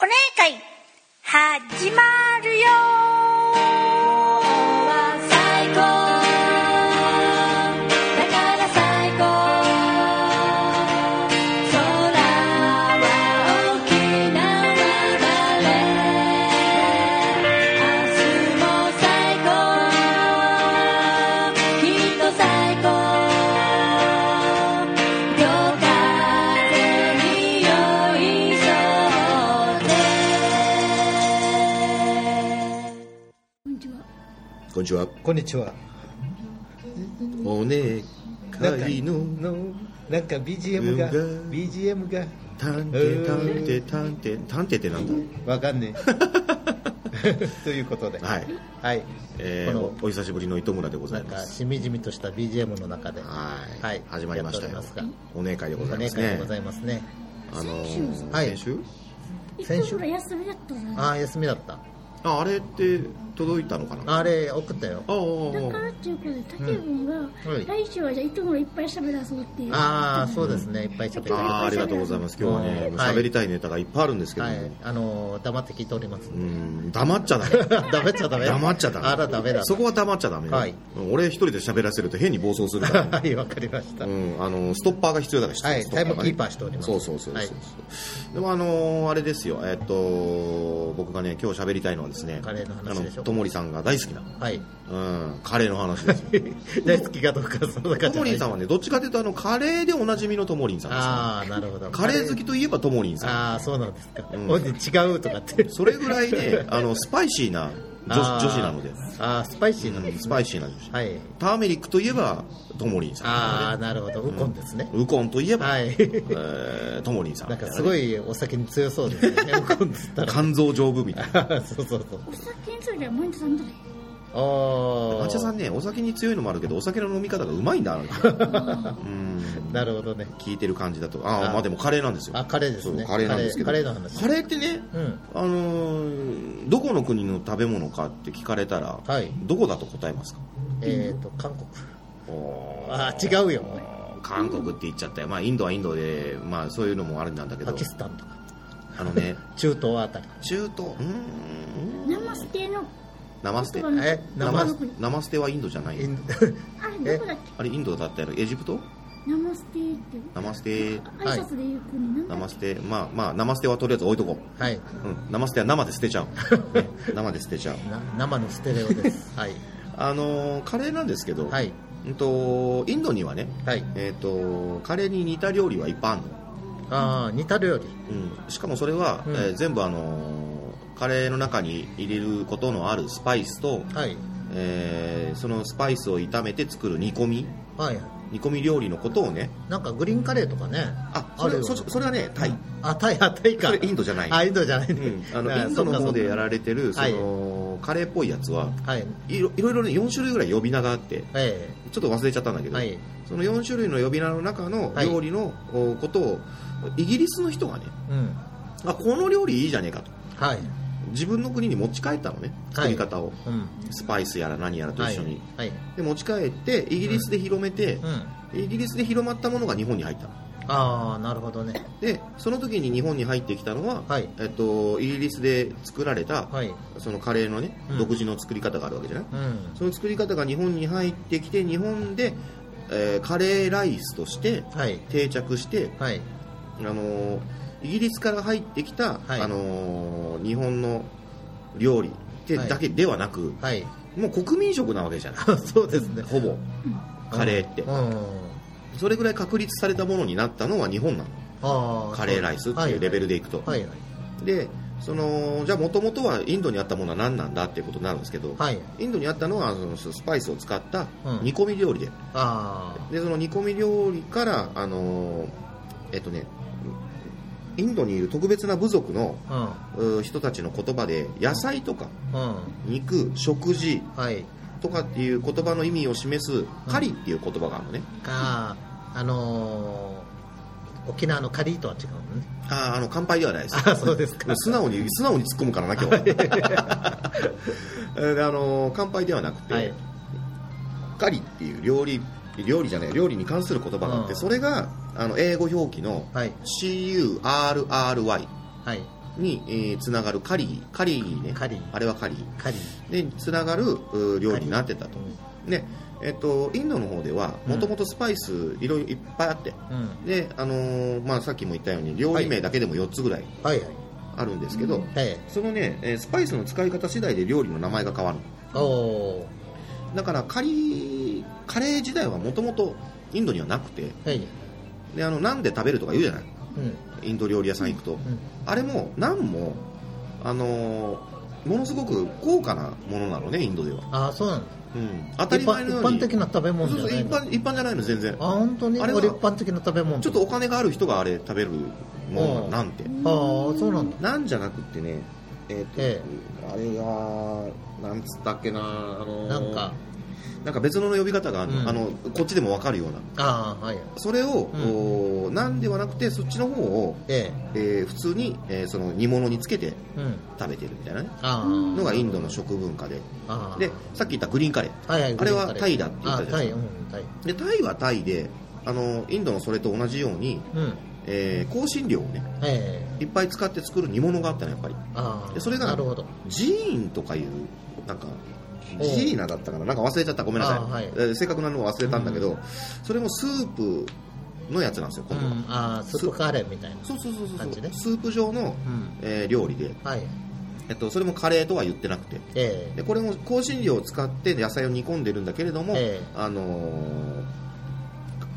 お願い始まるよは最高だから最高空は沖縄晴れ明日も最高きっと最高夜風に酔いそうでこんにちは。こんにちはおねなんかかいののなんか BGM がうん BGM が探偵探偵探偵探偵ってなんわかんね えということでだ。は、はいい。えこー、のおお久しぶりの糸村でござないんまかす。しみじみとした BGM の中ではい、はい始まりましたやよっております。おね会でございますお願いねで。ございますねあのーはい先週先週いつも休みだったじゃないああ休みだったああれって届いたのかな。ああれ送ったよああだからあっていうことで竹君が、はい来週はじゃあいつものいっぱい喋らそうっていうああそうですねいっぱい喋ってああーありがとうございます。今日はねう、ん喋りたいネタがいっぱいあるんですけども、はいあのー黙って聞いております うん黙っちゃダメ。ダメっちゃダメ黙っちゃダメ。 あらダメだそこは黙っちゃダメよ。はい俺一人で喋らせると変に暴走するから。 はいわかりました、うん、あのストッパーが必要だから必要はいストッパがねタイムキーパーしておりますそうそうそうそう、はいでもあのーあれですよえっと僕がね今日喋りたいのはですねカレーの話であしょのともりさんが大好きな、はいうん、カレーの話ですよ 大好きかどうかその中とじゃもなりいんさんはねどっちかというとあのカレーでおなじみのともりんさんです、ね、ああなるほどカレー好きといえばともりんさんああそうなんですか、うんほんで違うとかってそれぐらい ねあのスパイシーな女あー女子なので、ああスパイシーなんうでんスすね、パイシーな女子はいターメリックといえばともりんさんああなるほどウコンですね、ウコンといえば、は いえーともりんさんなんかすごいお酒に強そうですねウコンっつった ら肝臓丈夫みたいなあー そうそうそうお酒については毎日さんだねああ抹茶さんねお酒に強いのもあるけどお酒の飲み方がうまいんだあの人うんなるほどね聞いてる感じだとあああまあでもカレーなんですよあカレーですそうねカレーなんですけどカレーカレーの話カレーってねうんあのーどこの国の食べ物かって聞かれたら、はいどこだと答えますかえっ、と韓国おーああ違うよ韓国って言っちゃったよ、まあ、インドはインドで、まあ、そういうのもあるんだけパどキスタンとかあのね中東あたり中東うーんナマステのナマステうんえナ名マ前スナマステはインドじゃないイン あれどこだっけあれインドだったやろエジプトナマステってナマステ挨拶で言う国なんだナマステまあまあナマステはとりあえず置いとこうはいうん、生捨ては生で捨てちゃう、 ね生で捨てちゃうな生のステレオです はいあのーカレーなんですけど、はいうんとインドにはね、はいえー、とカレーに似た料理はいっぱいあるの、ああ似た料理うん、しかもそれは、うんえー全部あのーカレーの中に入れることのあるスパイスと、はいえーそのスパイスを炒めて作る煮込みはい煮込み料理のことをねなんかグリーンカレーとかねあそあるれよそそれはねタイ、あタイあタイかそれインドじゃないあインドじゃないね、うん、あなのインドのそっかそっ方かでやられてるそはいの、カレーっぽいやつははいいろいろいろね4種類ぐらい呼び名があってえちょっと忘れちゃったんだけえど、はいその4種類の呼び名の中のはい料理のおことをイギリスの人がねうんあこの料理いいじゃねえかとはい自分の国に持ち帰ったのね作り方を、うんスパイスやら何やらと一緒に、はい、はいで持ち帰ってイギリスで広めてう、んイギリスで広まったものが日本に入ったのああなるほどねでその時に日本に入ってきたのは、はいえっと、イギリスで作られた、はいそのカレーのね、うん独自の作り方があるわけじゃないうんその作り方が日本に入ってきて日本で、えーカレーライスとしてはい定着してはいあのーイギリスから入ってきた、はいあのー日本の料理ってだけではなく、はいもう国民食なわけじゃない そうですねほぼカレーって、うんそれぐらい確立されたものになったのは日本なのああカレーライスっていうレベルでいくと、はいはいでそのじゃあもともとはインドにあったものは何なんだっていうことになるんですけど、はいインドにあったのはそのスパイスを使ったうん煮込み料理で,、あでその煮込み料理からあのーえっとねインドにいる特別な部族のあうー人たちの言葉で野菜とかうんうん肉食事はいとかっていう言葉の意味を示すカリっていう言葉があるのね、あああのー、沖縄のカリーとは違うのねあああの乾杯ではないですああそうです か素直に素直に突っ込むからな今 日えーであのー乾杯ではなくて、はいカリっていう料理料理じゃない料理に関する言葉があって、うんそれがあの英語表記のはい CURRY はいに、えーつながるカリー、カリーね、カリーあれはカリーカリーでつながるう料理になってたと。で、えっと、インドの方ではうんもともとスパイスいろいろいっぱいあって、うん、うんであのーまあ、さっきも言ったように料理名だけでも4つぐらいはいはいあるんですけど、はいそのね、えースパイスの使い方次第で料理の名前が変わるおおだからカリーカレー自体はもともとインドにはなくてーはいであのナンで食べるとか言うじゃないうんインド料理屋さん行くとうんあれもナンも、あのーものすごく高価なものなのねインドでは、ああそうなんだうん、当た一り前般の一ように般的な食そべう物そうじ一ゃないの般一般じゃないの全然あ本当にあこれれは一般的な食べ物ちょっとお金がある人があれ食べるものなんてああそうなんだなんじゃなくってねえっとえあれがなんつったっけなあのーなんかなんか別の呼び方があるの,、うんあのこっちでも分かるようなああはいそれを、うんおーなんではなくてそっちの方を、ええー普通に、えーその煮物につけてえうん食べてるみたいなねあうんーのがインドの食文化であーでさっき言ったグリーンカレはいはいあれはグリーンタイだって言ったじゃあータないイでうんタイーでタイはタイであのインドのそれと同じように、うんえー香辛料をねええいっぱい使って作る煮物があったのやっぱりああでそれがなるほどジーンとかいうなんかおうジーナだったかななんか忘れちゃったごめんなさい、あはいえー正確なのを忘れたんだけど、うそれもスープのやつなんですよう今度は、んああスープカレーみたいなそうそうそうそう感じねスープ状の、うんえー料理で、はいえっと、それもカレーとは言ってなくてええでこれも香辛料を使って野菜を煮込んでるんだけれども、ええあの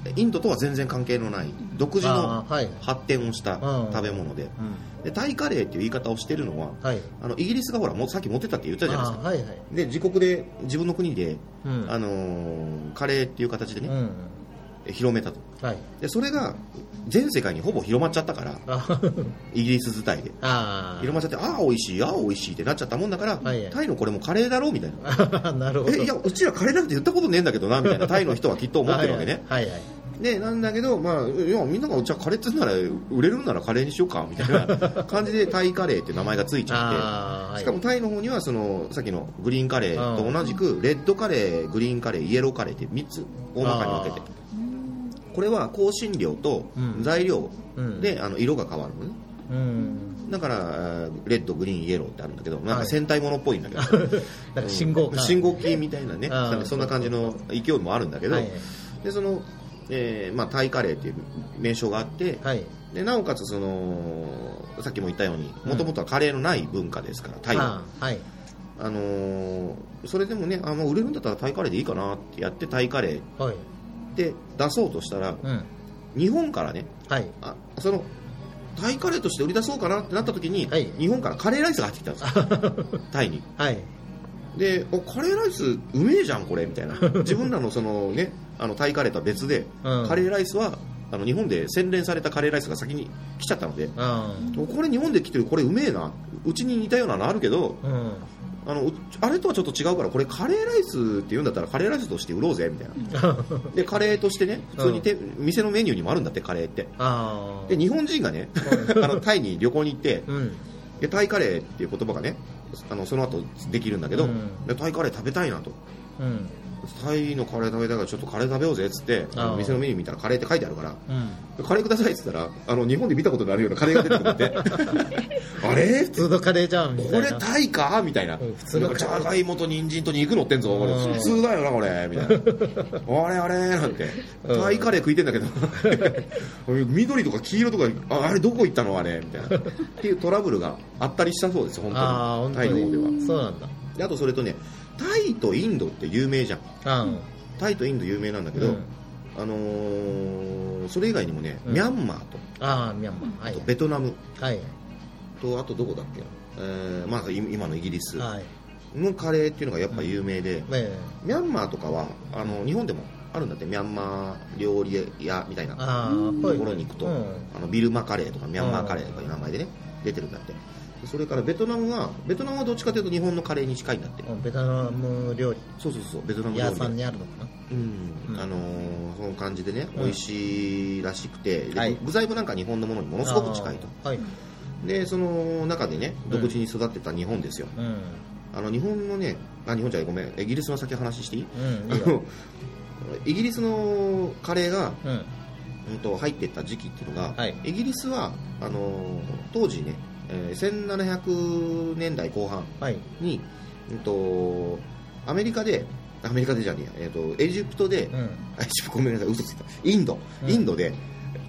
ーインドとは全然関係のない独自あのあはい発展をしたうん食べ物でうんでタイカレーっていう言い方をしてるのははいあのイギリスがほらもうさっき持ってたって言ったじゃないあですあかはいはいで自国で自分の国で、うんあのーカレーっていう形でうね、ん広めたとはいでそれが全世界にほぼ広まっちゃったからあ イギリス自体であ広まっちゃってああ美味しいああ美味しいってなっちゃったもんだから、はいはいタイのこれもカレーだろうみたいなあ なるほどえいやうちらカレーなんて言ったことねえんだけどなみた いなタイの人はきっと思ってるわけね、はいはいはいはいでなんだけど、まあ、いやみんながじゃあカレーっつうなら売れるんならカレーにしようかみたいな感じでタイカレーって名前がついちゃああっはていしかもタイの方にはそのさっきのグリーンカレーと同じくレッドカレーグリーンカレーイエローカレーって3つ大まかに分けてこれは香辛料とうん材料うんで、あの色が変わるのねうんだからあーレッドグリーンイエローってあるんだけどなんはかい戦隊ものっぽいんだけど、 なんか信号うかん信号機みたいなねあーなんかそんな感じの勢いもあるんだけど、はいでその、えーまあ、タイカレーっていう名称があって、はいでなおかつそのさっきも言ったようにうんもともとはカレーのない文化ですからタイは、ああはいあのーそれでもねあもう売れるんだったらタイカレーでいいかなってやってタイカレーはいって出そうとしたらうん日本からねはい あそのタイカレーとして売り出そうかなってなった時に、はい日本からカレーライスが入ってきたん ですよタイにはいでおカレーライスうめえじゃんこれみ たいな自分らのそのねあのタイカレーとは別で、うんカレーライスはあの日本で洗練されたカレーライスが先に来ちゃったのでうんおこれ日本で来てるこれうめえなうちに似たようなのあるけどうん あのうあれとはちょっと違うからこれカレーライスって言うんだったらカレーライスとして売ろうぜみたいなでカレーとしてね普通にて、店のメニューにもあるんだってカレーってああで日本人がねあのタイに旅行に行ってうんでタイカレーっていう言葉がねあのその後できるんだけど、うんでタイカレー食べたいなとうんタイのカレー食べたいからちょっとカレー食べようぜっつってあのあー店のメニュー見たらカレーって書いてあるからうんカレーくださいっつったらあの日本で見たことのあるようなカレーが出てくるって あれ普通のカレーじゃんみこたいれなタイかみたいなうん普通のじゃがいもと人参と肉乗ってんぞこれうん普通だよなこれみたいな あれあれなんてうんタイカレー食いてんだけど 緑とか黄色とかああれどこ行ったのあれみたいなっていうトラブルがあったりしたそうです本ああ当本に当タイにの方ではそうなんだであとそれとねタイとインドって有名じゃんあんタイとインド有名なんだけど、うんあのーそれ以外にもね、うんミャンマーとああミャンマーはあいとベトナムはいとあとどこだっけな、えーまあ、い今のイギリスはいのカレーっていうのがやっぱ有名で、ええミャンマーとかはあの日本でもあるんだってミャンマー料理屋みたいなとああころに行くと、うんあのビルマカレーとかミャンマーカレーとかいう名前でね出てるんだってそれからベトナムはベトナムはどっちかというと日本のカレーに近いんだって、うんベトナム料理そうそうそうベトナム料屋理さんにあるのかなうんうんあのーその感じでね、うん美味しいらしくて、ではい具材もなんか日本のものにものすごく近いとああはいでその中でねうん独自に育ってた日本ですよ、うんあの日本のねあ日本じゃないごめんイギリスの先話していいうんあい いよのイギリスのカレーが、うんうん、と入ってった時期っていうのが、はいイギリスはあのー当時ねえー1700年代後半はいに、うんと、アメリカで、アメリカでじゃねえや、えーとエジプトで、うんあエジプトごめんなさい、嘘ついた、インド、うんインドで、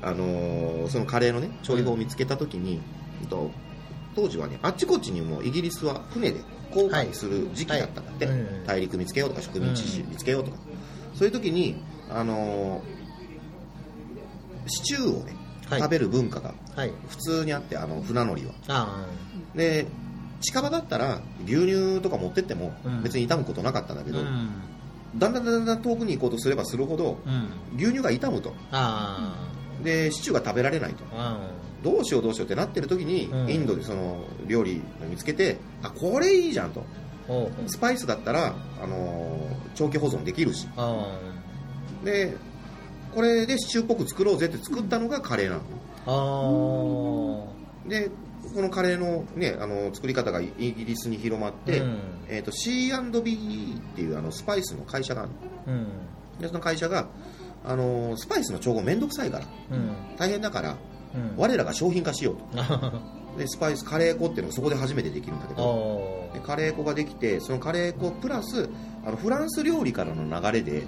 あのーそのカレーのね、調理法を見つけたときに、うんと、当時はね、あっちこっちにもイギリスは船で航海する時期だったんだって、はいはいうん大陸見つけようとか、植民地見つけようとか、そういう時に、あのーシチューをね、はい食べる文化がはい普通にあって、あの船乗りは。あで近場だったら牛乳とか持ってってもうん別に傷むことなかったんだあけうど、んだんだんだんだん遠くに行こうとすればするほどうん牛乳が傷むとあでシチューが食べられないとああどうしようどうしようってなってる時に、うんインドでその料理を見つけてあこれいいじゃんとあおうスパイスだったら、あのー長期保存できるしあでこれでシチューっぽく作ろうぜって作ったのがカレーなのあああでこのカレーの,、ね、あの作り方がイギリスに広まって、うんえー、と C&B っていうあのスパイスの会社があるのうんでその会社が、あのースパイスの調合めんどくさいからうん大変だからうん我らが商品化しようと あははでスパイスカレー粉っていうのがそこで初めてできるんだけどおでカレー粉ができてそのカレー粉プラスあのフランス料理からの流れでうん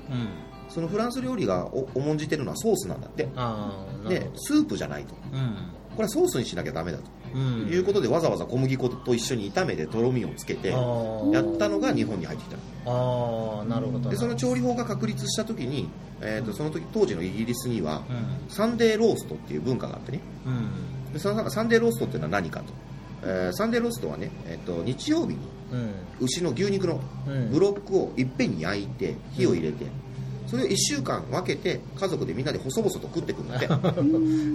そのフランス料理がお重んじてるのはソースなんだってああなるでほどスープじゃないとこうんれはソースにしなきゃダメだとうんいうことでわざわざ小麦粉と一緒に炒めてとろみをつけてあやーったのが日本に入ってきたあーなるほどなでその調理法が確立した時に、えー、とその時当時のイギリスにはうんサンデーローストっていう文化があってねうんでそのサンデーローストっていうのは何かと、えーサンデーローストはね、えー、と日曜日にうん牛の牛肉のうんブロックをいっぺんに焼いて火を入れてそれを1週間分けて家族でみんなで細々と食っていくんだって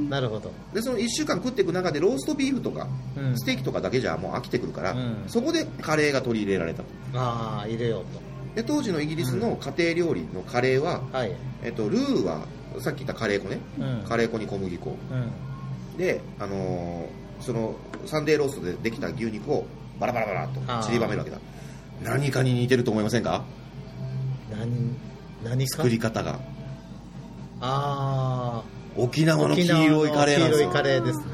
なるほどでその1週間食っていく中でローストビーフとかうんステーキとかだけじゃもう飽きてくるから、うんそこでカレーが取り入れられたとああ入れようで当時のイギリスの家庭料理のカレーは、とはいえっと、ルーはさっき言ったカレー粉ね、うんカレー粉に小麦粉うんで、あのーそのサンデーローストでできた牛肉をバラバラバラっとあー散りばめるわけだ何かに似てると思いませんか何何か作り方があ沖あ縄の黄色いカレーなんです黄色いカよレーですね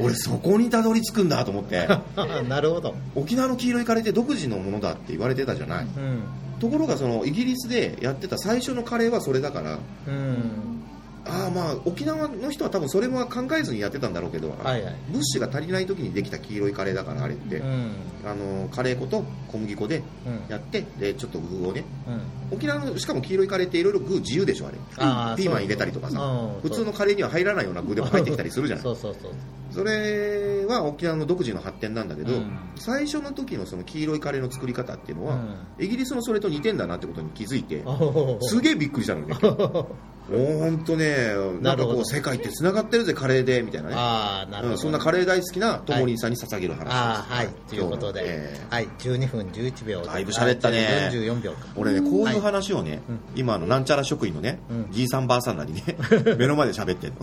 俺そこにたどり着くんだと思って なるほど沖縄の黄色いカレーって独自のものだって言われてたじゃないうんところがそのイギリスでやってた最初のカレーはそれだからうんああまあ沖縄の人は多分それも考えずにやってたんだろうけど、はいはい物資が足りない時にできた黄色いカレーだからあれって、うんあのカレー粉と小麦粉でうんやってでちょっと具をねうん沖縄のしかも黄色いカレーっていろいろ具自由でしょあれあーピーマそうン入れたりとかさ、うん普通のカレーには入らないような具でも入ってきたりするじゃないそうそうそうそれは沖縄の独自の発展なんだけど、うん最初の時のその黄色いカレーの作り方っていうのは、イギリスもそれと似てんだなってことに気づいておーすげえびっくりしたのねもうほんとねななんかるほこどう世界ってつながってるぜカレーでみたいなね ああなうるほどん、そんなカレー大好きなともりんさんに捧げる話です、ああはいということで、今日のえーはい12分11秒だいぶ喋ったねあ44秒か俺ねこういう話をね、うん今あのなんちゃら職員のね、うんじいさんばあさんなり ね目の前で喋ってんの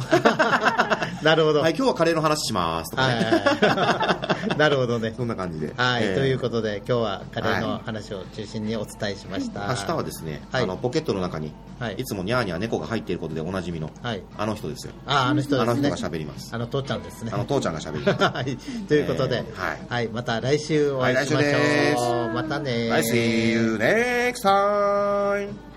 なるほどはい今日はカレーの話しますとかね、はい なるほどねそんな感じではい、えーということで今日はカレーの話を中心にお伝えしました、明日はですね、はいあのポケットの中に、はいい、つもニャーニャー猫が入っていることでおなじみの、はいあの人ですよああの人ですねあの人が喋りますあの父ちゃんですねあの父ちゃんが喋り ますはいということで、えーはいまた来週お会いしましょう、はい来週ですまたね I see you next time